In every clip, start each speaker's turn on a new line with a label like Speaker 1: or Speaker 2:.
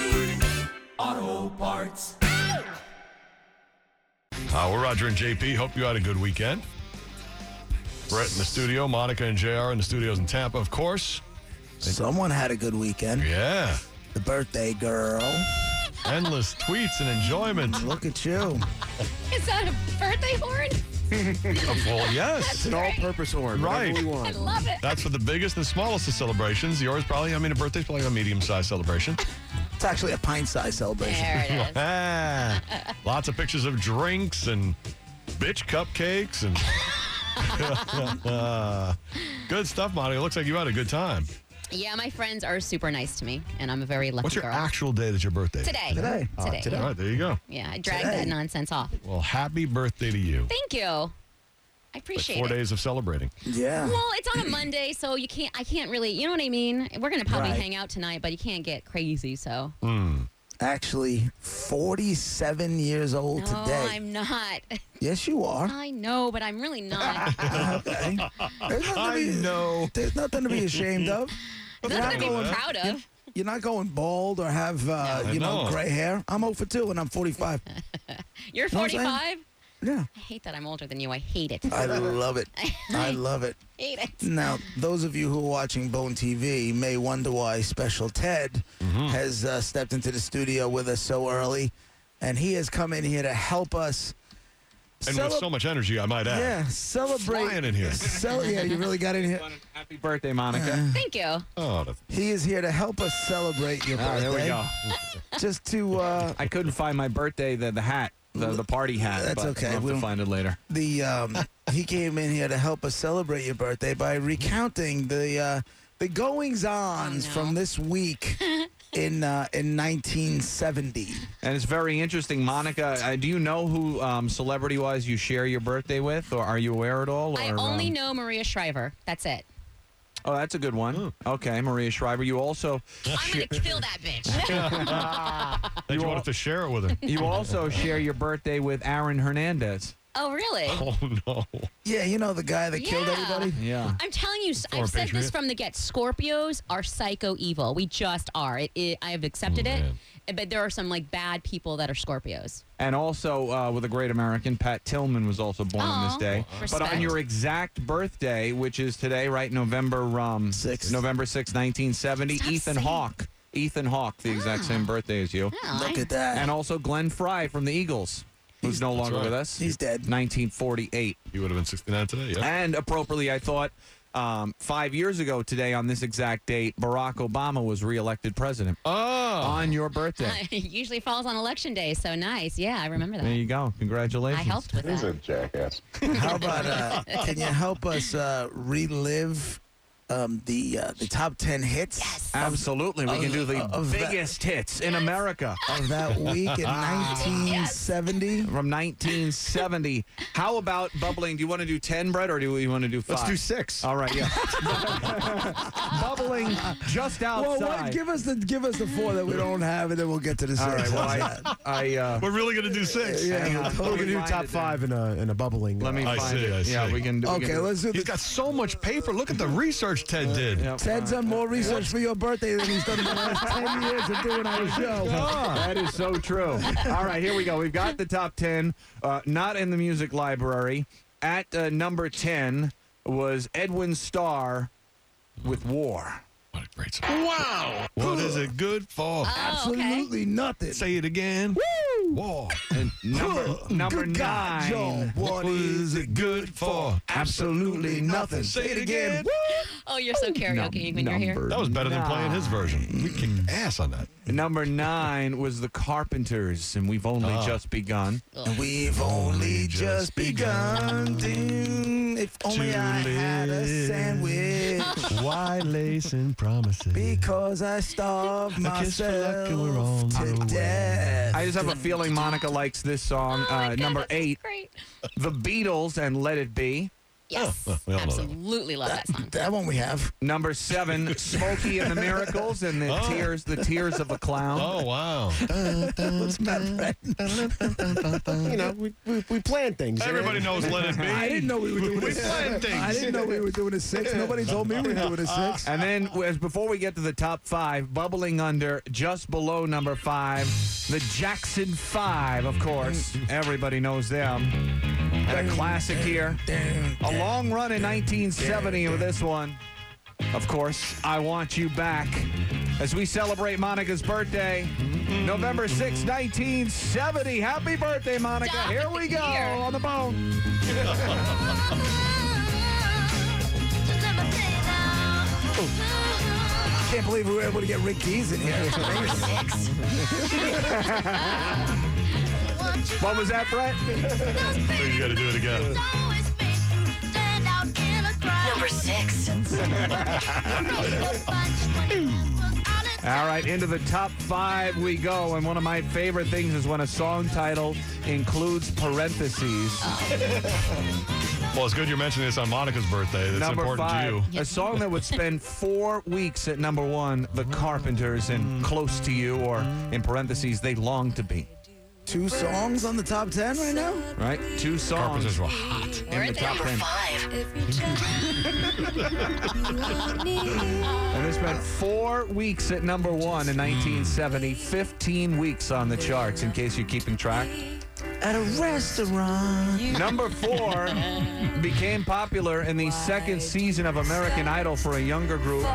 Speaker 1: O'Reilly. Auto Parts.
Speaker 2: Uh, we're Roger and JP. Hope you had a good weekend. Brett in the studio, Monica and JR in the studios in Tampa, of course.
Speaker 3: Someone had a good weekend.
Speaker 2: Yeah.
Speaker 3: The birthday girl.
Speaker 2: Endless tweets and enjoyment.
Speaker 3: Look at you.
Speaker 4: Is that a birthday horn?
Speaker 2: Well, yes.
Speaker 5: An all-purpose horn.
Speaker 2: Right.
Speaker 5: whatever we
Speaker 4: I
Speaker 5: want.
Speaker 4: love it.
Speaker 2: That's for the biggest and smallest of celebrations. Yours probably, I mean, a birthday's probably a medium sized celebration.
Speaker 3: It's actually a pint-sized celebration.
Speaker 4: There it is.
Speaker 2: Ah, lots of pictures of drinks and bitch cupcakes and. good stuff, Monica. Looks like you had a good time.
Speaker 4: Yeah, my friends are super nice to me, and I'm a very lucky
Speaker 2: What's your
Speaker 4: girl.
Speaker 2: actual day that's your birthday?
Speaker 4: today.
Speaker 3: Today.
Speaker 4: Today.
Speaker 2: Ah, All right, there you go.
Speaker 4: Yeah, I dragged
Speaker 3: Today.
Speaker 4: that nonsense off.
Speaker 2: Well, happy birthday to you.
Speaker 4: Thank you. I
Speaker 2: Like
Speaker 4: appreciate
Speaker 2: four
Speaker 4: it.
Speaker 2: days of celebrating.
Speaker 3: Yeah.
Speaker 4: Well, it's on a Monday, so you can't. I can't really. You know what I mean? We're gonna probably
Speaker 3: Right.
Speaker 4: hang out tonight, but you can't get crazy. So
Speaker 3: Actually, 47 years old
Speaker 4: no,
Speaker 3: today.
Speaker 4: I'm not.
Speaker 3: Yes, you are.
Speaker 4: I know, but I'm really not.
Speaker 3: okay. There's nothing,
Speaker 2: I
Speaker 3: to be,
Speaker 2: know.
Speaker 3: there's nothing to be ashamed of. You're
Speaker 4: Nothing
Speaker 3: not,
Speaker 4: to be
Speaker 2: Well,
Speaker 3: going,
Speaker 4: proud of.
Speaker 3: you're not going bald or have, uh,
Speaker 2: No. I
Speaker 3: you know,
Speaker 2: know.
Speaker 3: gray hair. I'm 0 for 2 and I'm 45.
Speaker 4: You're
Speaker 3: No, I'm saying-
Speaker 4: 45.
Speaker 3: Yeah.
Speaker 4: I hate that I'm older than you. I hate it.
Speaker 3: I love it. I love it.
Speaker 4: hate it.
Speaker 3: Now, those of you who are watching Bone TV may wonder why Special Ted
Speaker 2: Mm-hmm.
Speaker 3: has uh, stepped into the studio with us so early, and he has come in here to help us.
Speaker 2: And
Speaker 3: celeb-
Speaker 2: with so much energy, I might add.
Speaker 3: yeah, celebrate.
Speaker 2: Flying in here.
Speaker 3: Cel- yeah, you really got in here.
Speaker 5: Happy birthday, Monica.
Speaker 4: Thank you.
Speaker 2: Oh, the-
Speaker 3: He is here to help us celebrate your
Speaker 5: Ah,
Speaker 3: birthday.
Speaker 5: there we go.
Speaker 3: Just to uh,
Speaker 5: I couldn't find my birthday, the, the hat, the, the party hat.
Speaker 3: That's
Speaker 5: but
Speaker 3: okay.
Speaker 5: I'll have
Speaker 3: We
Speaker 5: to
Speaker 3: don't-
Speaker 5: find it later.
Speaker 3: the um, he came in here to help us celebrate your birthday by recounting the uh, the goings ons
Speaker 4: Oh, no.
Speaker 3: from this week in uh, in 1970.
Speaker 5: And it's very interesting, Monica. Uh, do you know who um, celebrity-wise you share your birthday with, or are you aware at all? Or,
Speaker 4: I only
Speaker 5: um,
Speaker 4: know Maria Shriver. That's it.
Speaker 5: Oh, that's a good one. Okay, Maria Shriver. You also
Speaker 4: I'm gonna kill that bitch.
Speaker 2: then you
Speaker 5: You
Speaker 2: wanted
Speaker 5: all-
Speaker 2: to share it with him.
Speaker 5: you also share your birthday with Aaron Hernandez.
Speaker 4: oh, really?
Speaker 2: oh, no.
Speaker 3: Yeah, you know the guy that killed
Speaker 4: Yeah.
Speaker 3: everybody.
Speaker 5: Yeah.
Speaker 4: I'm telling you,
Speaker 2: Or
Speaker 4: I've said
Speaker 2: Patriot.
Speaker 4: this from the get. Scorpios are psycho evil. We just are. It, it, I have accepted
Speaker 2: Oh,
Speaker 4: it. eh,
Speaker 2: man.
Speaker 4: But there are some like bad people that are Scorpios.
Speaker 5: And also uh, with a great American, Pat Tillman was also born on this
Speaker 4: Aw,
Speaker 5: day. But
Speaker 4: respect.
Speaker 5: on your exact birthday, which is today, right, November um,
Speaker 3: Sixth.
Speaker 5: November 6, 1970,
Speaker 4: Stop
Speaker 5: Ethan
Speaker 4: saying- Ah.
Speaker 5: Hawke. Ethan Hawke, the exact same birthday as you.
Speaker 4: Oh,
Speaker 3: Look
Speaker 4: I-
Speaker 3: at that.
Speaker 5: And also Glenn Fry from the Eagles, who's no longer
Speaker 2: right.
Speaker 5: with us.
Speaker 3: He's dead.
Speaker 5: 1948.
Speaker 2: He would have been 69 today, yeah.
Speaker 5: And appropriately, I thought um, five years ago today on this exact date, Barack Obama was reelected president
Speaker 2: Oh.
Speaker 5: on your birthday.
Speaker 4: it usually falls on election day, so nice. Yeah, I remember
Speaker 5: There
Speaker 4: that.
Speaker 5: you go.
Speaker 4: I
Speaker 5: Congratulations.
Speaker 4: helped with that.
Speaker 6: jackass.
Speaker 3: How about uh, can you help us uh, relive um, the uh, the top ten hits
Speaker 5: Absolutely. We can do the
Speaker 3: of that-
Speaker 5: biggest hits in America.
Speaker 3: of that week in 1970?
Speaker 5: From 1970. How about bubbling? Do you want to do 10, Brett, or do we want to do 5?
Speaker 7: Let's do six.
Speaker 5: All right, yeah. bubbling just
Speaker 3: Well,
Speaker 5: outside.
Speaker 3: what, give us the give us the four that we don't have, and then we'll get to the six.
Speaker 5: All right, well,
Speaker 3: How's
Speaker 5: I,
Speaker 3: that?
Speaker 5: I uh,
Speaker 2: We're really going to do six.
Speaker 3: Yeah.
Speaker 5: hang on.
Speaker 3: We're
Speaker 5: Let
Speaker 7: We're
Speaker 5: me
Speaker 7: gonna do
Speaker 5: find
Speaker 7: top
Speaker 5: it then.
Speaker 7: five in a in a bubbling.
Speaker 5: Let me
Speaker 2: I
Speaker 5: find
Speaker 2: see,
Speaker 5: it.
Speaker 2: I
Speaker 5: Yeah,
Speaker 2: see.
Speaker 5: we can do. we can
Speaker 3: uh, okay,
Speaker 5: do-
Speaker 3: let's do
Speaker 2: He's
Speaker 3: the.
Speaker 2: got so much paper. Look at the research Ted did.
Speaker 5: Yep.
Speaker 3: Ted's done more research for your birthday than he's done in the last ten years of doing our show.
Speaker 5: that is so true. All right, here we go. We've got the top 10, uh, not in the music library. At uh, number 10 was Edwin Starr with War.
Speaker 2: What a great song. Wow. What is it good for?
Speaker 4: Oh, okay.
Speaker 3: Absolutely nothing.
Speaker 2: Say it again. Woo! War.
Speaker 5: And number, number
Speaker 3: Good God,
Speaker 5: nine.
Speaker 3: Joel. What is it?
Speaker 2: good for?
Speaker 3: Absolutely nothing.
Speaker 2: Say it again.
Speaker 4: Oh, you're so karaoke when you're here.
Speaker 2: That was better than playing his version. We kicked ass on that.
Speaker 5: Number nine was the Carpenters, and
Speaker 2: Ah.
Speaker 5: we've only just begun.
Speaker 3: We've only just begun. Ding. If only I had a
Speaker 2: live.
Speaker 3: sandwich.
Speaker 2: Why lace and promises?
Speaker 3: Because I starved
Speaker 2: A kiss for luck and we're on
Speaker 3: myself
Speaker 2: our
Speaker 3: to
Speaker 2: way.
Speaker 3: death.
Speaker 5: I just have a feeling Monica likes this song,
Speaker 4: Oh my
Speaker 5: uh,
Speaker 4: God,
Speaker 5: number
Speaker 4: that's
Speaker 5: eight,
Speaker 4: Great.
Speaker 5: The Beatles and Let It Be.
Speaker 4: Yes.
Speaker 2: Oh, we all know that one.
Speaker 4: absolutely love that song.
Speaker 3: that one we have.
Speaker 5: Number seven, Smokey and the Miracles and the
Speaker 2: Oh.
Speaker 5: Tears, the Tears of a Clown.
Speaker 2: Oh wow!
Speaker 3: What's my friend?
Speaker 6: You know, we, we, we plan things.
Speaker 2: Everybody knows Let It Be.
Speaker 3: I didn't know we were doing
Speaker 2: We
Speaker 3: this.
Speaker 2: planned things.
Speaker 3: I didn't know we were doing a six. Nobody told me we were doing a six.
Speaker 5: And then, as before we get to the top five, bubbling under, just below number five, the Jackson Five, of course. Everybody knows them. And a classic here. A long run in 1970 with this one. Of course, I Want You Back. As we celebrate Monica's birthday, November 6, 1970. Happy birthday, Monica.
Speaker 4: Stop
Speaker 5: Here we go
Speaker 4: here.
Speaker 5: on the bone.
Speaker 3: can't believe we were able to get Rick Keys in here.
Speaker 5: What was that, Brett?
Speaker 2: You got to do it again.
Speaker 7: Number six.
Speaker 5: All right, into the top five we go. And one of my favorite things is when a song title includes parentheses.
Speaker 2: Well, it's good you're mentioning this on Monica's birthday. That's
Speaker 5: number
Speaker 2: important to
Speaker 5: five,
Speaker 2: you.
Speaker 5: a song that would spend four weeks at number one, The Carpenters and Close to You, or in parentheses, They Long to Be.
Speaker 3: Two songs on the top ten right now.
Speaker 5: Right? Two songs
Speaker 2: Carpenters were hot.
Speaker 4: We're
Speaker 5: in the
Speaker 4: at the
Speaker 5: top
Speaker 4: number
Speaker 5: ten.
Speaker 7: Five.
Speaker 5: And they spent four weeks at number one in 1970, 15 weeks on the charts, in case you're keeping track.
Speaker 3: At a restaurant.
Speaker 5: Number four became popular in the second season of American Idol for a younger group.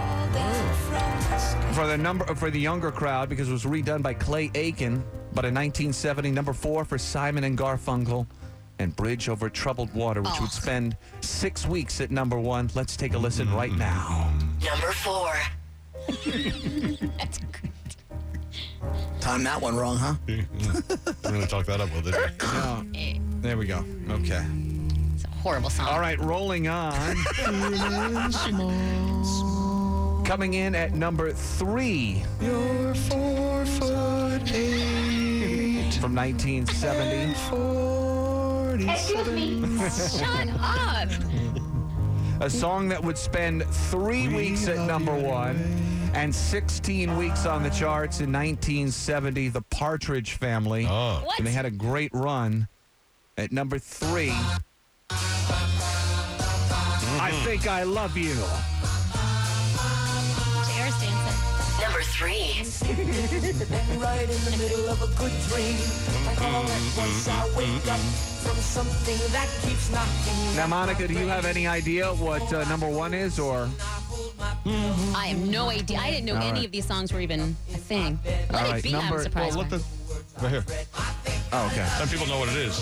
Speaker 5: For the number for the younger crowd because it was redone by Clay Aiken, but in 1970, number four for Simon and Garfunkel and Bridge Over Troubled Water, which would spend six weeks at number one. Let's take a listen right now.
Speaker 7: Number four.
Speaker 4: That's great.
Speaker 3: Timed that one wrong, huh?
Speaker 2: I'm going to talk that up with it.
Speaker 5: There we go. Okay.
Speaker 4: It's a horrible song.
Speaker 5: All right, rolling on. Coming in at number three. From 1970.
Speaker 4: Excuse me. Shut up.
Speaker 5: A song that would spend three weeks at number one and 16 weeks on the charts in 1970, The Partridge Family.
Speaker 2: Oh,
Speaker 4: What?
Speaker 5: And they had a great run at number three. I think I love you.
Speaker 4: J.R. Stanson.
Speaker 7: Number three.
Speaker 8: right in the middle of a good dream. Like all
Speaker 2: Mm-hmm,
Speaker 8: at once I wake up from something that keeps knocking.
Speaker 5: Now, Monica, do you have any idea what uh, number one is or?
Speaker 4: I have no idea. I didn't know
Speaker 5: All
Speaker 4: any
Speaker 5: right.
Speaker 4: of these songs were even a thing. Let
Speaker 5: All
Speaker 4: it
Speaker 5: right,
Speaker 4: be.
Speaker 5: number-
Speaker 4: I'm surprised.
Speaker 2: well, let
Speaker 4: by.
Speaker 2: the right here.
Speaker 5: Oh, okay.
Speaker 2: Some people know what it is.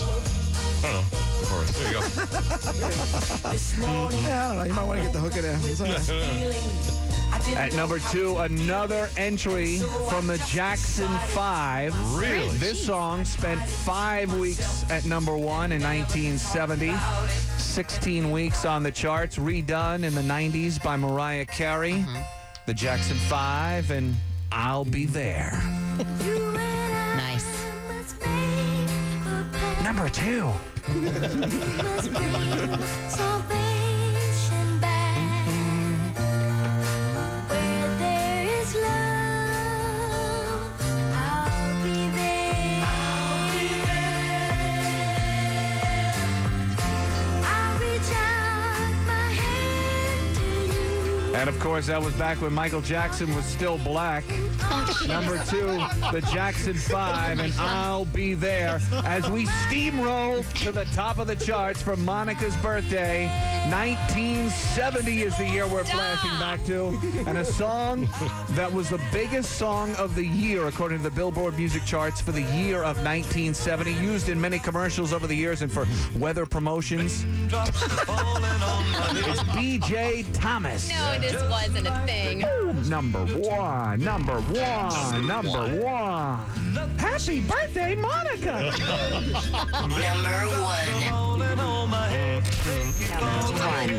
Speaker 2: I don't know. The chorus. There you go.
Speaker 3: Yeah, I don't know. You might want to get the hook in there. It's all right.
Speaker 5: At number two, another entry from the Jackson Five.
Speaker 2: Really?
Speaker 5: This song spent five weeks at number one in 1970, 16 weeks on the charts, redone in the 90s by Mariah Carey, the Jackson Five, and I'll Be There.
Speaker 4: nice.
Speaker 5: Number two. And of course, that was back when Michael Jackson was still black. Number two, the Jackson Five, and I'll be there as we steamroll to the top of the charts for Monica's birthday. 1970 is the year we're flashing back to, and a song that was the biggest song of the year according to the Billboard music charts for the year of 1970, used in many commercials over the years and for weather promotions. It's B.J. Thomas.
Speaker 4: No, this wasn't a thing.
Speaker 5: Number one, number one, number one. Happy birthday, Monica!
Speaker 7: Number one.
Speaker 4: Yeah, that's
Speaker 2: Monica.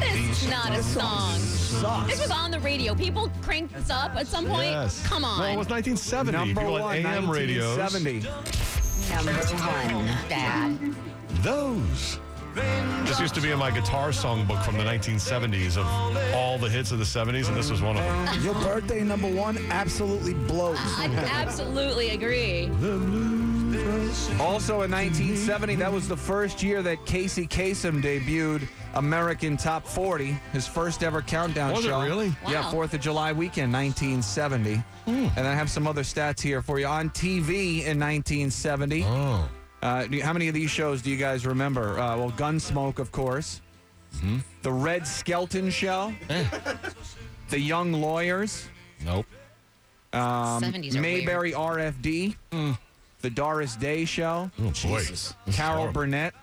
Speaker 4: It's not a song.
Speaker 3: Sucks.
Speaker 4: This was on the radio. People cranked this up at some point.
Speaker 2: Yes.
Speaker 4: Come on.
Speaker 2: Well, it was 1970.
Speaker 5: Number
Speaker 2: People
Speaker 5: one,
Speaker 2: had AM radios.
Speaker 5: 1970.
Speaker 7: Number one. Bad.
Speaker 2: Those. This used to be in my guitar songbook from the 1970s of all the hits of the 70s, and this was one of them.
Speaker 3: Your birthday number one absolutely blows.
Speaker 4: I absolutely agree.
Speaker 5: Also in 1970, that was the first year that Casey Kasem debuted American Top 40, his first ever countdown
Speaker 2: Was it
Speaker 5: show.
Speaker 2: really? Hmm.
Speaker 5: Yeah,
Speaker 4: Wow.
Speaker 5: 4th of July weekend, 1970. And I have some other stats here for you. On TV in 1970,
Speaker 2: Oh.
Speaker 5: uh, do you- how many of these shows do you guys remember? Uh, well, Gunsmoke, of course.
Speaker 2: Hmm?
Speaker 5: The Red Skelton Show.
Speaker 2: Eh.
Speaker 5: the Young Lawyers.
Speaker 2: Nope.
Speaker 4: 70s are
Speaker 5: Mayberry RFD. The Doris Day Show.
Speaker 2: Hmm. Oh, boy.
Speaker 6: Jesus.
Speaker 2: This is
Speaker 5: Carol
Speaker 2: horrible.
Speaker 5: Burnett.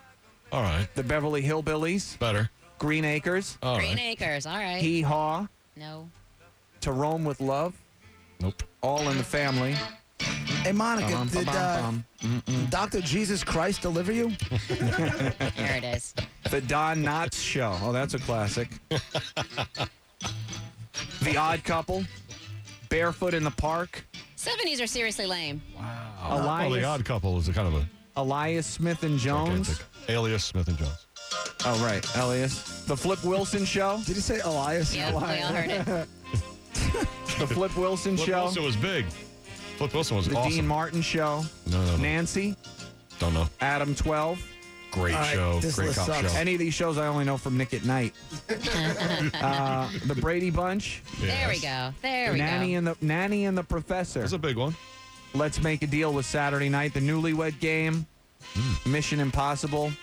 Speaker 2: All right.
Speaker 5: The Beverly Hillbillies,
Speaker 2: Better.
Speaker 5: Green Acres,
Speaker 2: All
Speaker 4: Green
Speaker 2: right.
Speaker 4: Acres. All right.
Speaker 5: Hee Haw,
Speaker 4: no.
Speaker 5: To Rome with Love,
Speaker 2: Nope.
Speaker 5: All in the Family.
Speaker 3: Hey, Monica,
Speaker 5: Bum,
Speaker 3: did
Speaker 5: bum,
Speaker 3: uh,
Speaker 5: bum.
Speaker 3: Dr. Jesus Christ deliver you?
Speaker 4: There it is.
Speaker 5: The Don Knotts Show. Oh, that's a classic. the Odd Couple, Barefoot in the Park,
Speaker 4: 70s are seriously lame.
Speaker 2: Well, the
Speaker 5: Elias,
Speaker 2: odd couple is a kind of a
Speaker 5: Elias Smith and Jones.
Speaker 2: gigantic alias Smith and Jones.
Speaker 5: Oh, right, Elias. The Flip Wilson Show,
Speaker 3: Did he say Elias?
Speaker 4: Yeah, we all heard it.
Speaker 5: The Flip Wilson
Speaker 2: Flip
Speaker 5: Show,
Speaker 2: Wilson was big. Flip Wilson was
Speaker 5: The
Speaker 2: awesome. Uh-huh.
Speaker 5: Dean Martin Show,
Speaker 2: No, no, no.
Speaker 5: Nancy,
Speaker 2: Don't know.
Speaker 5: Adam 12.
Speaker 2: Great
Speaker 3: All right,
Speaker 2: show.
Speaker 3: this
Speaker 2: Great
Speaker 3: list
Speaker 2: cop
Speaker 3: sucks.
Speaker 2: show.
Speaker 5: Any of these shows I only know from Nick at Night. uh, the Brady Bunch,
Speaker 4: There we
Speaker 2: Yes.
Speaker 4: go. There we
Speaker 5: Nanny
Speaker 4: go.
Speaker 5: and the Nanny and the Professor.
Speaker 2: That's a big one.
Speaker 5: Let's make a deal with Saturday night. The Newlywed Game,
Speaker 2: Hmm.
Speaker 5: Mission Impossible,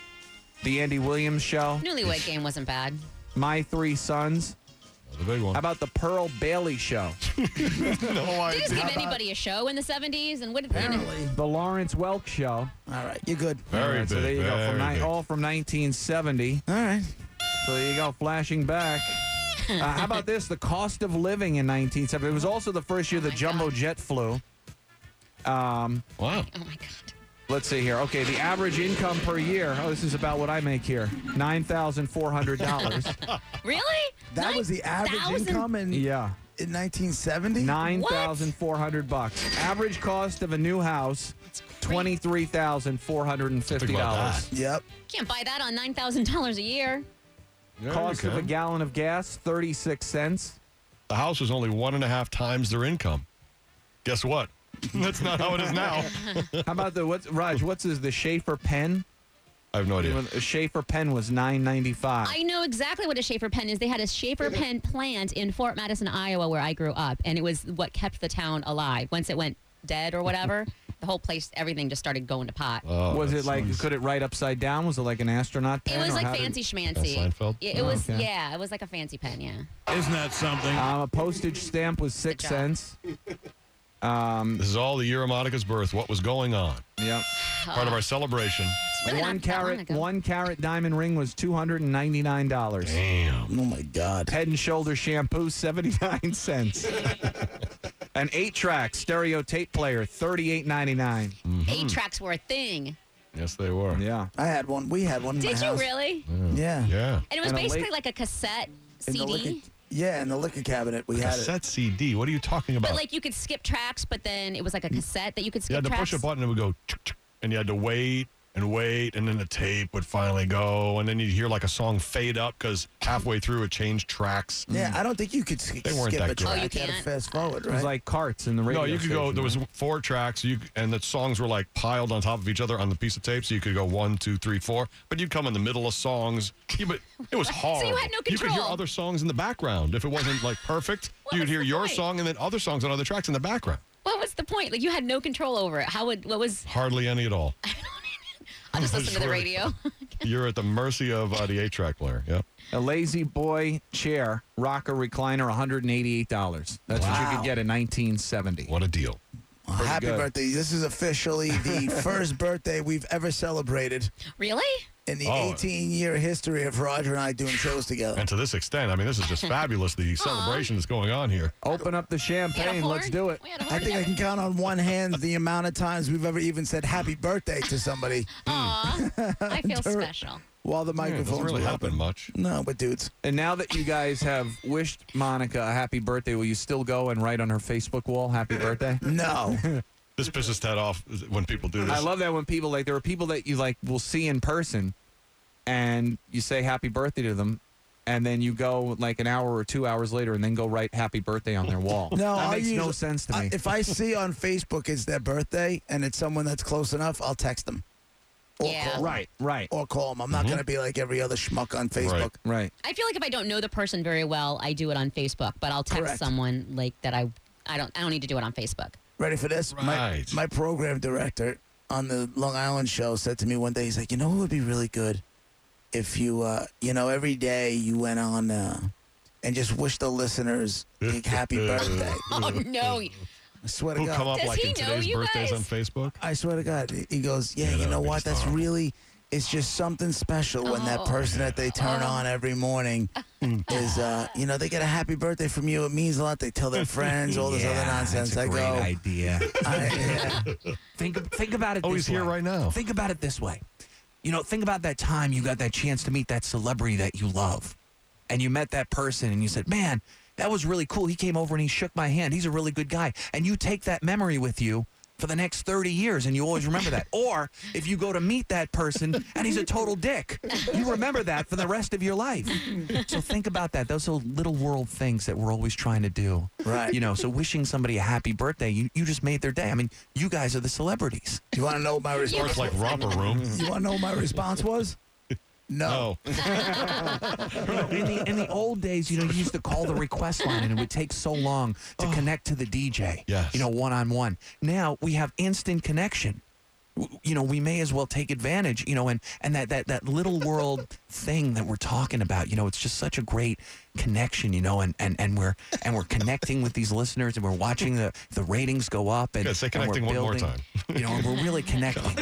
Speaker 5: The Andy Williams Show,
Speaker 4: Newlywed game wasn't bad.
Speaker 5: My Three Sons.
Speaker 2: That's a big one.
Speaker 5: How about the Pearl Bailey Show,
Speaker 2: no
Speaker 4: They just give
Speaker 2: idea.
Speaker 4: anybody a show in the 70s and what did
Speaker 3: Apparently.
Speaker 5: the Lawrence Welk Show?
Speaker 3: All right, you're good.
Speaker 5: All
Speaker 2: Very
Speaker 5: right,
Speaker 2: big.
Speaker 5: so there you go.
Speaker 2: very
Speaker 5: From ni-
Speaker 2: big.
Speaker 5: all from 1970.
Speaker 3: All right.
Speaker 5: So there you go. Flashing back. Uh, how about this? The cost of living in 1970. It was also the first year the jumbo jet flew.
Speaker 2: Wow.
Speaker 4: Oh my god.
Speaker 5: Let's see here. Okay, the average income per year. Oh, this is about what I make here. Nine thousand four hundred dollars.
Speaker 4: Really?
Speaker 3: That was the average
Speaker 4: 9,000?
Speaker 3: income in,
Speaker 5: yeah.
Speaker 3: in 1970?
Speaker 5: Nine thousand four hundred bucks. Average cost of a new house, twenty three thousand four hundred and fifty dollars.
Speaker 3: Yep.
Speaker 4: Can't buy that on $9,000 a year.
Speaker 2: Yeah, you
Speaker 5: Cost of a
Speaker 2: can.
Speaker 5: gallon of gas, thirty six cents.
Speaker 2: the house was only one and a half times their income. Guess what? That's not how it is now.
Speaker 5: How about the what's Raj, what's is the Schaefer pen?
Speaker 2: I have no idea.
Speaker 5: A Schaefer pen was nine ninety five.
Speaker 4: I know exactly what a Schaefer pen is. They had a Schaefer pen plant in Fort Madison, Iowa, where I grew up, and it was what kept the town alive. Once it went dead or whatever, the whole place, everything just started going to pot.
Speaker 2: Oh,
Speaker 5: was
Speaker 2: that
Speaker 5: it like
Speaker 2: sounds-
Speaker 5: could it write upside down? Was it like an astronaut
Speaker 4: it
Speaker 5: pen?
Speaker 4: was
Speaker 5: or how
Speaker 4: like
Speaker 5: did-
Speaker 4: fancy
Speaker 2: That's
Speaker 4: schmancy.
Speaker 2: Seinfeld?
Speaker 4: It, it was,
Speaker 5: okay.
Speaker 4: yeah, it was like a fancy pen, yeah.
Speaker 5: Um, a postage stamp was six
Speaker 4: job.
Speaker 5: cents.
Speaker 2: This is all the year of Monica's birth. What was going on?
Speaker 5: Yep.
Speaker 2: Part of our celebration.
Speaker 4: It's really
Speaker 5: one
Speaker 4: not that long
Speaker 5: carat
Speaker 4: ago.
Speaker 5: one carat diamond ring was two hundred and ninety nine dollars.
Speaker 3: Oh, my God.
Speaker 5: Head and shoulder shampoo seventy nine cents. An eight track stereo tape player thirty eight ninety nine.
Speaker 4: Eight tracks were a thing.
Speaker 2: Yes, they were.
Speaker 5: Yeah.
Speaker 3: I had one. We had one. In
Speaker 4: Did
Speaker 3: my
Speaker 4: you
Speaker 3: house.
Speaker 4: really?
Speaker 3: Yeah.
Speaker 2: Yeah.
Speaker 4: And it was
Speaker 5: And a
Speaker 4: basically
Speaker 5: late-
Speaker 4: like a cassette
Speaker 3: In
Speaker 4: CD.
Speaker 3: The liquor, yeah, in the liquor cabinet, we had it.
Speaker 2: Cassette CD. What are you talking about?
Speaker 4: But like you could skip tracks, but then it was like a cassette that you could
Speaker 2: you
Speaker 4: skip
Speaker 2: had to
Speaker 4: tracks.
Speaker 2: push a button, it would go, tsk, tsk, and you had to wait and wait, and then the tape would finally go, and then you'd hear like a song fade up because halfway through it changed tracks.
Speaker 3: Yeah, I don't think you could sk-
Speaker 2: They weren't
Speaker 3: skip
Speaker 2: that
Speaker 3: a
Speaker 2: good.
Speaker 4: Oh,
Speaker 3: track.
Speaker 4: you
Speaker 3: had to
Speaker 4: can't?
Speaker 3: fast forward,
Speaker 5: mm. It
Speaker 3: right?
Speaker 5: was like carts in the radio.
Speaker 2: No, you could go.
Speaker 5: station,
Speaker 2: There was
Speaker 5: right?
Speaker 2: four tracks, you and the songs were like piled on top of each other on the piece of tape, so you could go one, two, three, four. But you'd come in the middle of songs. You, but it was hard.
Speaker 4: So you had no
Speaker 2: could hear
Speaker 4: control.
Speaker 2: other songs in the background if it wasn't like perfect.
Speaker 4: What
Speaker 2: you'd
Speaker 4: was
Speaker 2: hear
Speaker 4: the
Speaker 2: your
Speaker 4: point?
Speaker 2: song and then other songs on other tracks in the background.
Speaker 4: What was the point? Like you had no control over it. How would what was?
Speaker 2: Hardly any at all.
Speaker 4: I'll just listen to the
Speaker 2: Sure.
Speaker 4: radio.
Speaker 2: You're at the mercy of uh, the eight track player. Yep.
Speaker 5: a lazy boy chair rocker recliner one hundred and eighty eight dollars. That's what you could
Speaker 3: Wow.
Speaker 5: get in nineteen seventy.
Speaker 2: What a deal.
Speaker 3: Well, happy
Speaker 5: good.
Speaker 3: birthday. This is officially the first birthday we've ever celebrated
Speaker 4: really?
Speaker 3: in the
Speaker 2: Oh.
Speaker 3: 18 year history of Roger and I doing shows together.
Speaker 2: And to this extent, I mean, this is just fabulous. The celebration that's going on here.
Speaker 5: Open up the
Speaker 4: We had a
Speaker 5: champagne. Let's
Speaker 4: horn.
Speaker 5: do it.
Speaker 4: We had a
Speaker 3: I
Speaker 4: horn.
Speaker 3: think I can count on one hand the amount of times we've ever even said happy birthday to somebody.
Speaker 4: Aw, I feel special.
Speaker 3: while the
Speaker 2: Yeah, it
Speaker 3: microphones
Speaker 2: doesn't really
Speaker 3: were
Speaker 2: happen
Speaker 3: open.
Speaker 2: much.
Speaker 3: No, but dudes,
Speaker 5: And now that you guys have wished Monica a happy birthday, will you still go and write on her Facebook wall "Happy Birthday"?
Speaker 3: no.
Speaker 2: This pisses Ted off when people do this.
Speaker 5: I love that when people like there are people that you like will see in person, and you say "Happy Birthday" to them, and then you go like an hour or two hours later, and then go write "Happy Birthday" on their wall.
Speaker 3: No,
Speaker 5: that
Speaker 3: I'll
Speaker 5: makes no
Speaker 3: usually-
Speaker 5: sense to
Speaker 3: I-
Speaker 5: me.
Speaker 3: if I see on Facebook it's their birthday and it's someone that's close enough, I'll text them or
Speaker 4: Yeah.
Speaker 3: call
Speaker 5: right, right,
Speaker 3: or call them. I'm not going to be like every other schmuck on Facebook.
Speaker 5: right.
Speaker 4: I feel like if I don't know the person very well, I do it on Facebook, but I'll text
Speaker 3: Correct.
Speaker 4: someone like that I I don't I don't need to do it on Facebook.
Speaker 3: Ready for this?
Speaker 2: Right.
Speaker 3: My my program director on the Long Island show said to me one day, he's like, you know, what would be really good if you, uh, you know, every day you went on uh, and just wish the listeners like, happy birthday.
Speaker 4: Oh no.
Speaker 3: I swear to
Speaker 2: Who
Speaker 3: God.
Speaker 2: come up
Speaker 4: Does
Speaker 2: like
Speaker 4: he
Speaker 2: in
Speaker 4: know
Speaker 2: today's
Speaker 4: you
Speaker 2: birthdays
Speaker 4: guys?
Speaker 2: on Facebook?
Speaker 3: I swear to God, he goes, yeah,
Speaker 2: Yeah,
Speaker 3: you
Speaker 2: that
Speaker 3: know
Speaker 2: would be
Speaker 3: what? That's
Speaker 2: strong.
Speaker 3: really, it's just something special when that
Speaker 4: Oh.
Speaker 3: person that they turn on every morning is, uh, you know, they get a happy birthday from you. It means a lot. They tell their friends, all this other nonsense.
Speaker 5: That's a
Speaker 3: I
Speaker 5: great
Speaker 3: go,
Speaker 5: idea.
Speaker 3: I, yeah,
Speaker 5: think think about it.
Speaker 2: Oh, he's
Speaker 5: this
Speaker 2: here
Speaker 5: way.
Speaker 2: right now.
Speaker 5: Think about it this way. You know, think about that time you got that chance to meet that celebrity that you love, and you met that person, and you said, "Man, that was really cool." He came over and he shook my hand. He's a really good guy, and you take that memory with you for the next 30 years and you always remember that or if you go to meet that person and he's a total dick you remember that for the rest of your life so think about that those are little world things that we're always trying to do
Speaker 3: right.
Speaker 5: you know so wishing somebody a happy birthday you, you just made their day i mean you guys are the celebrities
Speaker 3: You want to know what my
Speaker 2: Or it's
Speaker 3: response?
Speaker 2: like romper room.
Speaker 3: You want to know what my response was? No.
Speaker 2: Oh,
Speaker 5: You know, in the in the old days, you know, you used to call the request line, and it would take so long to connect to the DJ.
Speaker 2: Oh. Yes.
Speaker 5: You know, one on one. Now we have instant connection. W- You know, we may as well take advantage. You know, and and that that that little world thing that we're talking about. You know, it's just such a great connection. You know, and and and we're and we're connecting with these listeners, and we're watching the the ratings go up. And
Speaker 2: Yeah, say
Speaker 5: and we're
Speaker 2: connecting one more
Speaker 5: building,
Speaker 2: time.
Speaker 5: You know, and we're really connecting.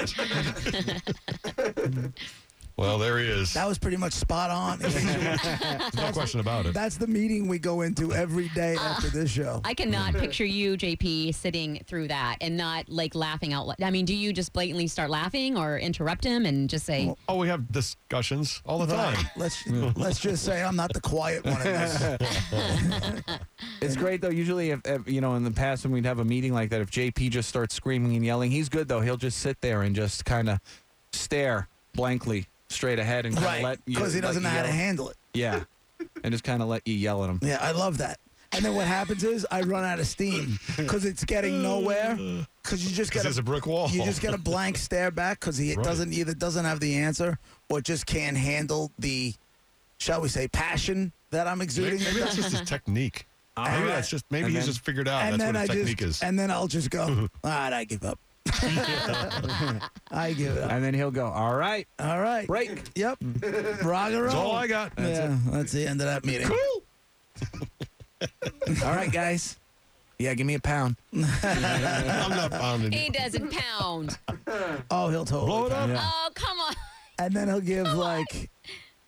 Speaker 2: well, there he is.
Speaker 3: That was pretty much spot on.
Speaker 2: no question about it.
Speaker 3: That's the meeting we go into every day after this show.
Speaker 4: Uh, I cannot picture you, JP, sitting through that and not like laughing out loud. I mean, do you just blatantly start laughing or interrupt him and just say,
Speaker 2: oh, we have discussions all the
Speaker 3: Right.
Speaker 2: time.
Speaker 3: Let's let's just say I'm not the quiet one in this.
Speaker 5: It's great though. Usually, if, if you know, in the past when we'd have a meeting like that, if JP just starts screaming and yelling, he's good though. He'll just sit there and just kind of stare blankly straight ahead and kind of
Speaker 3: Right.
Speaker 5: let you
Speaker 3: Because he doesn't know
Speaker 5: let you
Speaker 3: how to
Speaker 5: yell.
Speaker 3: handle it.
Speaker 5: Yeah, and just kind of let you yell at him.
Speaker 3: Yeah, I love that. And then what happens is I run out of steam because it's getting nowhere. Because you just
Speaker 2: 'Cause
Speaker 3: get
Speaker 2: there's
Speaker 3: a,
Speaker 2: a brick wall.
Speaker 3: you just get a blank stare back because he
Speaker 2: Right.
Speaker 3: doesn't either doesn't have the answer or just can't handle the, shall we say, passion that I'm
Speaker 2: Maybe,
Speaker 3: exuding.
Speaker 2: maybe that's just his technique. maybe
Speaker 5: right.
Speaker 2: that's just maybe
Speaker 5: And
Speaker 2: he's
Speaker 5: then-
Speaker 2: just figured out
Speaker 3: and
Speaker 2: that's
Speaker 3: then
Speaker 2: what
Speaker 3: I
Speaker 2: his technique is.
Speaker 3: just and then I'll just go. All right, I give up. I give up.
Speaker 5: And then he'll go, "All right,
Speaker 3: All right.
Speaker 5: break."
Speaker 3: Yep. Rock and roll.
Speaker 2: that's all I got.
Speaker 3: yeah, that's the end of that meeting.
Speaker 5: All right, guys. Yeah, give me a pound.
Speaker 2: I'm not pounding
Speaker 4: he
Speaker 2: you.
Speaker 4: doesn't pound?
Speaker 3: Oh, he'll totally
Speaker 2: Blow it up.
Speaker 5: Yeah.
Speaker 4: Oh, come on.
Speaker 3: and then he'll give like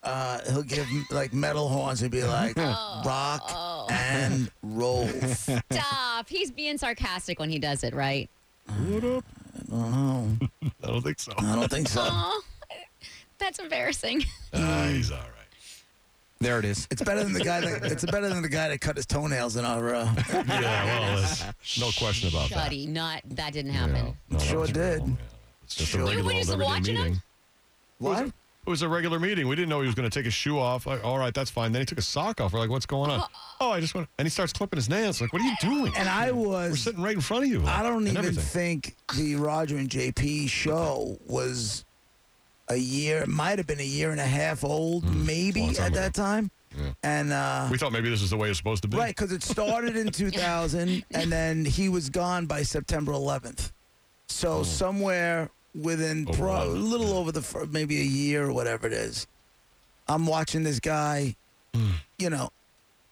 Speaker 3: uh he'll give like metal horns and be like rock and roll.
Speaker 4: Stop. He's being sarcastic when he does it, right?
Speaker 2: I don't think so.
Speaker 3: I don't think so.
Speaker 4: Oh, that's embarrassing.
Speaker 2: Ah, he's all right.
Speaker 5: There it is.
Speaker 3: It's better than the guy that it's better than the guy that cut his toenails in our uh,
Speaker 2: Yeah, well, that's no question about that.
Speaker 4: Shuddy, not that didn't
Speaker 2: Yeah,
Speaker 4: happen.
Speaker 2: no, that
Speaker 3: Sure
Speaker 2: was real.
Speaker 3: did.
Speaker 2: Yeah, It's just
Speaker 3: Sure.
Speaker 2: a
Speaker 3: You
Speaker 2: regular
Speaker 4: were
Speaker 2: old
Speaker 4: just
Speaker 2: everyday
Speaker 4: watching him?
Speaker 2: meeting.
Speaker 3: what?
Speaker 2: It was a regular meeting. We didn't know he was going to take his shoe off. Like, all right, that's fine. Then he took his sock off. We're like, what's going on? Oh, I just want. And he starts clipping his nails. Like, what are you doing?
Speaker 3: And I
Speaker 2: We're
Speaker 3: was
Speaker 2: sitting right in front of you.
Speaker 3: I don't
Speaker 2: and
Speaker 3: even
Speaker 2: everything.
Speaker 3: think the Roger and JP show was a year it might have been a year and a half old maybe
Speaker 2: Hmm. long
Speaker 3: at
Speaker 2: time ago.
Speaker 3: that time.
Speaker 2: Yeah.
Speaker 3: And uh
Speaker 2: We thought maybe this is the way it's supposed to be.
Speaker 3: Right, because it started in 2000, and then he was gone by September 11th. So somewhere within
Speaker 2: Over
Speaker 3: pro, a
Speaker 2: 11th,
Speaker 3: little
Speaker 2: Oh. yeah.
Speaker 3: over the fir- maybe a year or whatever it is, I'm watching this guy.
Speaker 2: Hmm.
Speaker 3: You know,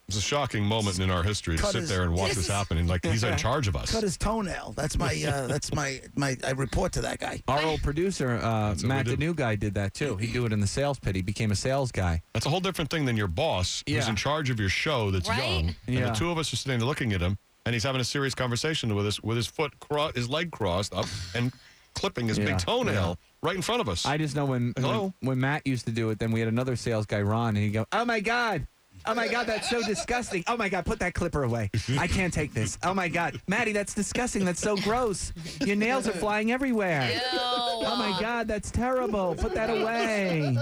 Speaker 2: It was a shocking moment in our history to
Speaker 3: Cut
Speaker 2: sit
Speaker 3: his-
Speaker 2: there and watch this happen. And like, he's in charge of us.
Speaker 3: cut his toenail. That's my. Uh, that's my. My. I report to that guy.
Speaker 5: Our old producer, uh,
Speaker 2: what
Speaker 5: Matt,
Speaker 2: we
Speaker 5: the
Speaker 2: do.
Speaker 5: new guy, did that too. He do it in the sales pit. He became a sales guy.
Speaker 2: That's a whole different thing than your boss who's
Speaker 5: Yeah.
Speaker 2: in charge of your show that's
Speaker 4: Right?
Speaker 2: young. And
Speaker 5: Yeah.
Speaker 2: the two of us are sitting there looking at him and he's having a serious conversation with us with his foot cro- his leg crossed up and clipping his
Speaker 5: Yeah,
Speaker 2: big toenail right in front of us.
Speaker 5: I just know when, when
Speaker 2: Hello?
Speaker 5: when Matt used to do it, then we had another sales guy, Ron, and he'd go, Oh my God. Oh my God, that's so disgusting. Oh my God, put that clipper away. I can't take this. Oh my God. Maddie, that's disgusting. That's so gross. Your nails are flying everywhere. Oh my God, that's terrible. Put that away.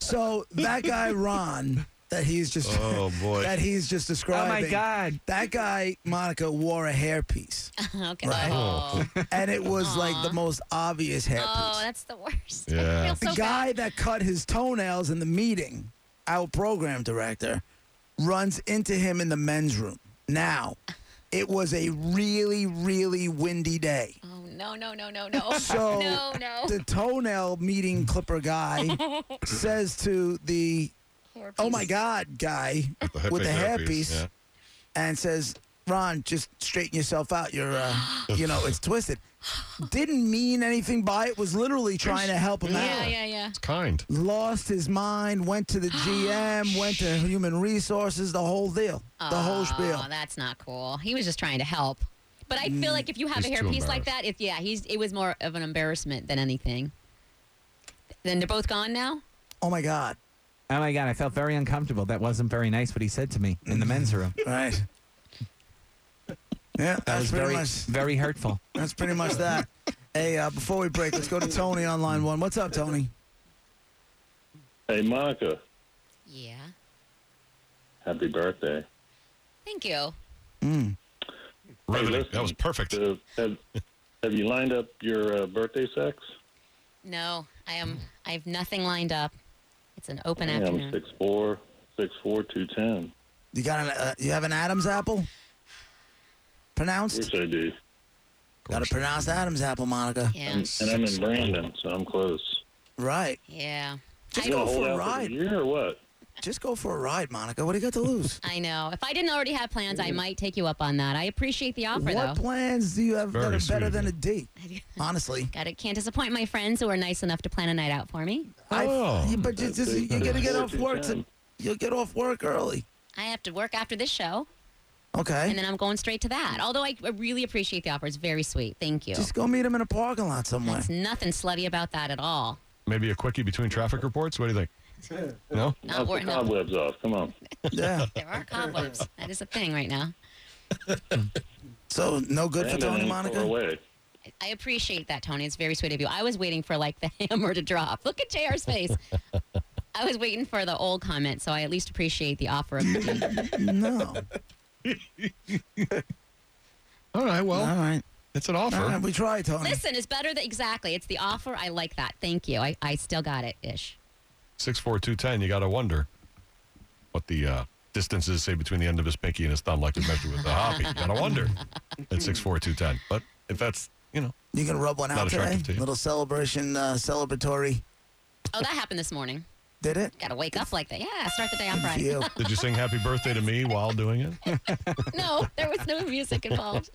Speaker 3: So that guy Ron that he's just
Speaker 2: Oh, boy.
Speaker 3: that he's just
Speaker 5: Oh
Speaker 3: describing.
Speaker 5: my God.
Speaker 3: That guy Monica wore a hairpiece,
Speaker 4: okay.
Speaker 3: Right.
Speaker 4: Oh.
Speaker 3: and it was like the most obvious hairpiece.
Speaker 4: Oh, that's the worst.
Speaker 2: Yeah.
Speaker 4: I feel
Speaker 3: the
Speaker 4: so
Speaker 3: guy
Speaker 4: bad.
Speaker 3: that cut his toenails in the meeting, our program director, runs into him in the men's room. Now, it was a really, really windy day.
Speaker 4: Oh no no no no no.
Speaker 3: So
Speaker 4: no no.
Speaker 3: the toenail meeting clipper guy says to the oh my god guy
Speaker 2: head
Speaker 3: with the
Speaker 2: fake
Speaker 3: hairpiece
Speaker 2: yeah.
Speaker 3: and says, Ron, just straighten yourself out. You're, uh, you know, it's twisted. Didn't mean anything by it, was literally trying to help him
Speaker 4: Yeah
Speaker 3: out.
Speaker 4: yeah yeah.
Speaker 2: It's kind.
Speaker 3: Lost his mind, went to the GM, went to human resources, the whole deal, the whole spiel. Mm.
Speaker 4: Oh, that's not cool. He was just trying to help. But I feel like if you have
Speaker 2: He's
Speaker 4: a
Speaker 2: too
Speaker 4: hairpiece like
Speaker 2: embarrassed.
Speaker 4: that, it's yeah, he's it was more of an embarrassment than anything. Then they're both gone now.
Speaker 3: Oh my God.
Speaker 5: Oh my God, I felt very uncomfortable. That wasn't very nice what he said to me in the men's room.
Speaker 3: Right. Yeah,
Speaker 5: That
Speaker 3: that's
Speaker 5: was
Speaker 3: pretty
Speaker 5: very,
Speaker 3: much
Speaker 5: very hurtful.
Speaker 3: that's pretty much that. Hey, uh, before we break, let's go to Tony on line one. What's up, Tony?
Speaker 9: Hey, Monica,
Speaker 4: Yeah.
Speaker 9: happy birthday.
Speaker 4: Thank you.
Speaker 9: Hey,
Speaker 2: Riveting.
Speaker 9: listen,
Speaker 2: That was perfect.
Speaker 9: uh, have, have you lined up your uh, birthday sex?
Speaker 4: No, I am. I have nothing lined up. It's an open
Speaker 9: Yeah, I'm
Speaker 4: afternoon.
Speaker 9: six four, six four, two ten.
Speaker 3: You got an uh, you have an Adam's apple?
Speaker 9: Of
Speaker 3: Pronounced?
Speaker 9: course I do.
Speaker 3: Got to pronounce Adam's apple, Monica.
Speaker 4: Yeah,
Speaker 9: And I'm in Brandon, so I'm close.
Speaker 3: Right.
Speaker 4: yeah.
Speaker 3: Just
Speaker 9: You
Speaker 3: go
Speaker 9: gonna hold
Speaker 3: for a
Speaker 9: out for
Speaker 3: ride.
Speaker 9: the year or what?
Speaker 3: Just go for a ride, Monica. What do you got to lose?
Speaker 4: I know. If I didn't already have plans, I might take you up on that. I appreciate the offer,
Speaker 3: what
Speaker 4: though.
Speaker 3: plans do you have
Speaker 2: Very
Speaker 3: that are better
Speaker 2: sweet of
Speaker 3: than
Speaker 2: you.
Speaker 3: a date? Honestly.
Speaker 4: Got it. Can't disappoint my friends who are nice enough to plan a night out for me.
Speaker 3: I-
Speaker 2: Oh.
Speaker 3: you- but you just, you're going to get off work. To,
Speaker 9: 14.
Speaker 3: you'll get off work early.
Speaker 4: I have to work after this show,
Speaker 3: Okay.
Speaker 4: and then I'm going straight to that. Although I I really appreciate the offer. It's very sweet. Thank you.
Speaker 3: Just go meet him in a parking lot somewhere.
Speaker 4: There's nothing slutty about that at all.
Speaker 2: Maybe a quickie between traffic reports. What do you think? No?
Speaker 4: Not
Speaker 9: Knock
Speaker 4: worth
Speaker 9: the
Speaker 4: no.
Speaker 9: cobwebs off. Come on.
Speaker 3: yeah.
Speaker 4: There are cobwebs. That is a thing right now.
Speaker 3: So, no good for
Speaker 9: Brandon
Speaker 3: Tony,
Speaker 9: ain't far
Speaker 3: Monica?
Speaker 9: away.
Speaker 4: I appreciate that, Tony. It's very sweet of you. I was waiting for like the hammer to drop. Look at JR's face. I was waiting for the old comment, so I at least appreciate the offer of the cake.
Speaker 3: No.
Speaker 2: All right. Well,
Speaker 3: All right.
Speaker 2: it's an offer.
Speaker 3: All right. We tried, Tony.
Speaker 4: Listen, it's better that exactly. It's the offer. I like that. Thank you. I, I still got it ish.
Speaker 2: Six four two ten. You got to wonder what the uh, distances say between the end of his pinky and his thumb, like we measured with the hoppy. You got to wonder at six four two ten. But if that's you know,
Speaker 3: You going to rub one
Speaker 2: Not
Speaker 3: out today?
Speaker 2: attractive to you.
Speaker 3: Little celebration, uh, celebratory.
Speaker 4: Oh, that happened this morning.
Speaker 3: Did it?
Speaker 4: Got to wake up like that. Yeah, start the day off right.
Speaker 3: You.
Speaker 2: did you sing "Happy Birthday" to me while doing it?
Speaker 4: No, there was no music involved.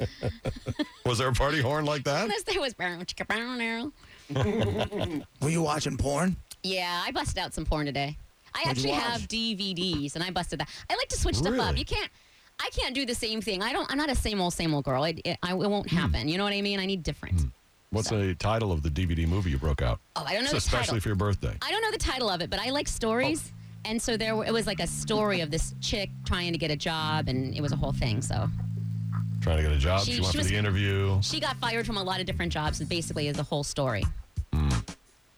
Speaker 2: Was there a party horn like that?
Speaker 4: Unless there was brown chicka brown arrow.
Speaker 3: Were you watching porn?
Speaker 4: Yeah, I busted out some porn today. I
Speaker 3: What'd you
Speaker 4: actually
Speaker 3: watch?
Speaker 4: have DVDs, and I busted that. I like to switch stuff up.
Speaker 2: Really?
Speaker 4: You can't. I can't do the same thing. I don't. I'm not a same old same old girl. It, it, I, it
Speaker 3: Hmm.
Speaker 4: won't happen. You know what I mean? I need different.
Speaker 2: What's the title of the DVD movie you broke out?
Speaker 4: Oh, I don't
Speaker 2: It's
Speaker 4: know the
Speaker 2: especially
Speaker 4: title.
Speaker 2: for your birthday.
Speaker 4: I don't know the title of it, but I like stories.
Speaker 3: Oh.
Speaker 4: And so there, were- it was like a story of this chick trying to get a job, and it was a whole thing. So
Speaker 2: Trying to get a job. She,
Speaker 4: She-
Speaker 2: went
Speaker 4: she
Speaker 2: for
Speaker 4: was-
Speaker 2: the interview. Oh,
Speaker 4: she got fired from a lot of different jobs, and basically is the whole story
Speaker 3: Hmm.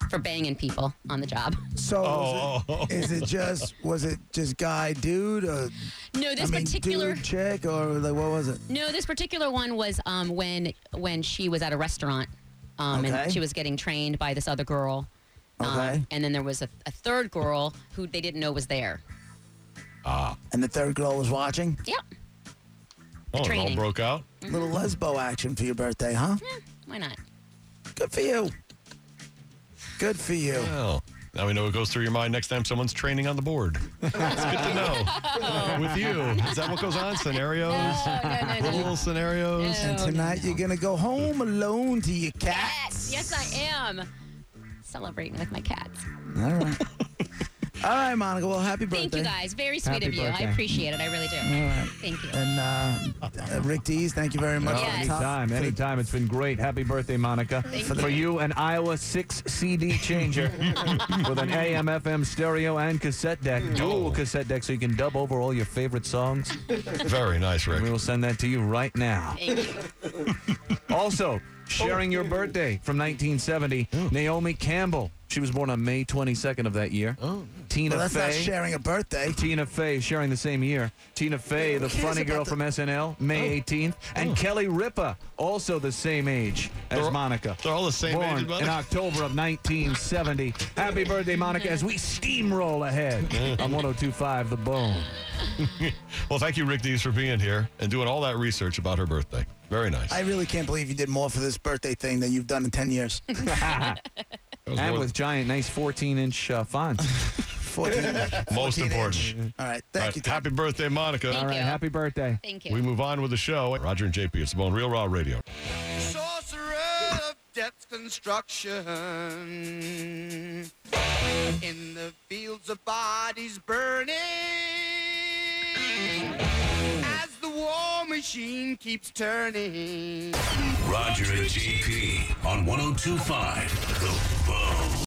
Speaker 4: for banging people on the job.
Speaker 3: So,
Speaker 2: Oh, oh,
Speaker 3: is it just was it just guy dude or
Speaker 4: No,
Speaker 3: I
Speaker 4: this
Speaker 3: mean
Speaker 4: particular
Speaker 3: dude chick or like what was it?
Speaker 4: No, this particular one was um, when when she was at a restaurant, um,
Speaker 3: Okay.
Speaker 4: and she was getting trained by this other girl. Um,
Speaker 3: Okay.
Speaker 4: And then there was a, a third girl who they didn't know was there.
Speaker 3: And the third girl was watching.
Speaker 4: Yep.
Speaker 2: oh, it all
Speaker 4: training. Mm.
Speaker 2: broke out.
Speaker 3: Little
Speaker 4: Mm-hmm.
Speaker 3: lesbo action for your birthday, huh?
Speaker 4: Why not?
Speaker 3: Good for you. Good for you.
Speaker 2: Well, now we know what goes through your mind next time someone's training on the board. It's good to know. With you, is that what goes on? Scenarios, little scenarios.
Speaker 4: No, no,
Speaker 3: Tonight you're gonna go home alone to your cat.
Speaker 4: Yes, yes, I am celebrating with my cats.
Speaker 3: All right. All right, Monica. Well, happy birthday.
Speaker 4: Thank you guys. Very sweet
Speaker 3: Happy
Speaker 4: of you. I
Speaker 3: birthday.
Speaker 4: appreciate it. I really do.
Speaker 3: All right.
Speaker 4: Thank you.
Speaker 3: And uh, uh, Rick Dees, thank you very much. for the top-
Speaker 5: Anytime, anytime. It's been great. Happy birthday, Monica.
Speaker 4: Thank
Speaker 5: For
Speaker 4: you.
Speaker 5: you, an Iowa 6 CD changer with an AM, FM stereo, and cassette deck. Dual cassette deck so you can dub over all your favorite songs.
Speaker 2: Very nice, Rick.
Speaker 5: We will send that to you right now.
Speaker 4: Thank you.
Speaker 5: Also, sharing your birthday from 1970, Naomi Campbell. She was born on May 22nd of that year. Oh. Tina
Speaker 3: Well, that's
Speaker 5: Fey.
Speaker 3: not sharing a birthday.
Speaker 5: Tina Fey sharing the same year. Tina Fey, the
Speaker 3: cares
Speaker 5: funny
Speaker 3: about
Speaker 5: girl
Speaker 3: the-
Speaker 5: from SNL,
Speaker 2: Oh.
Speaker 5: May 18th, and Kelly Ripa, also the same age as
Speaker 2: They're-
Speaker 5: Monica.
Speaker 2: they're all the same age
Speaker 5: born
Speaker 2: as Monica.
Speaker 5: in October of 1970. Happy birthday, Monica, as we steamroll ahead on 102.5 The Bone.
Speaker 2: Well, thank you, Rick Dees, for being here and doing all that research about her birthday. Very nice.
Speaker 3: I really can't believe you did more for this birthday thing than you've done in 10 years.
Speaker 2: That was
Speaker 5: And
Speaker 2: more-
Speaker 5: with giant, nice 14-inch uh, font.
Speaker 3: 14.
Speaker 2: most
Speaker 3: 14
Speaker 2: important.
Speaker 3: inch. All right.
Speaker 2: All
Speaker 3: Thank
Speaker 2: right,
Speaker 3: you. Tom.
Speaker 2: happy birthday, Monica.
Speaker 4: Thank
Speaker 5: All right,
Speaker 4: you.
Speaker 5: happy birthday.
Speaker 4: Thank you.
Speaker 2: We move on with the show. Roger and JP, it's the Bone Real Raw Radio.
Speaker 10: sorcerer of depth construction. In the fields of bodies burning, as the war machine keeps turning.
Speaker 11: oh Roger and JP on 1025 The Bone.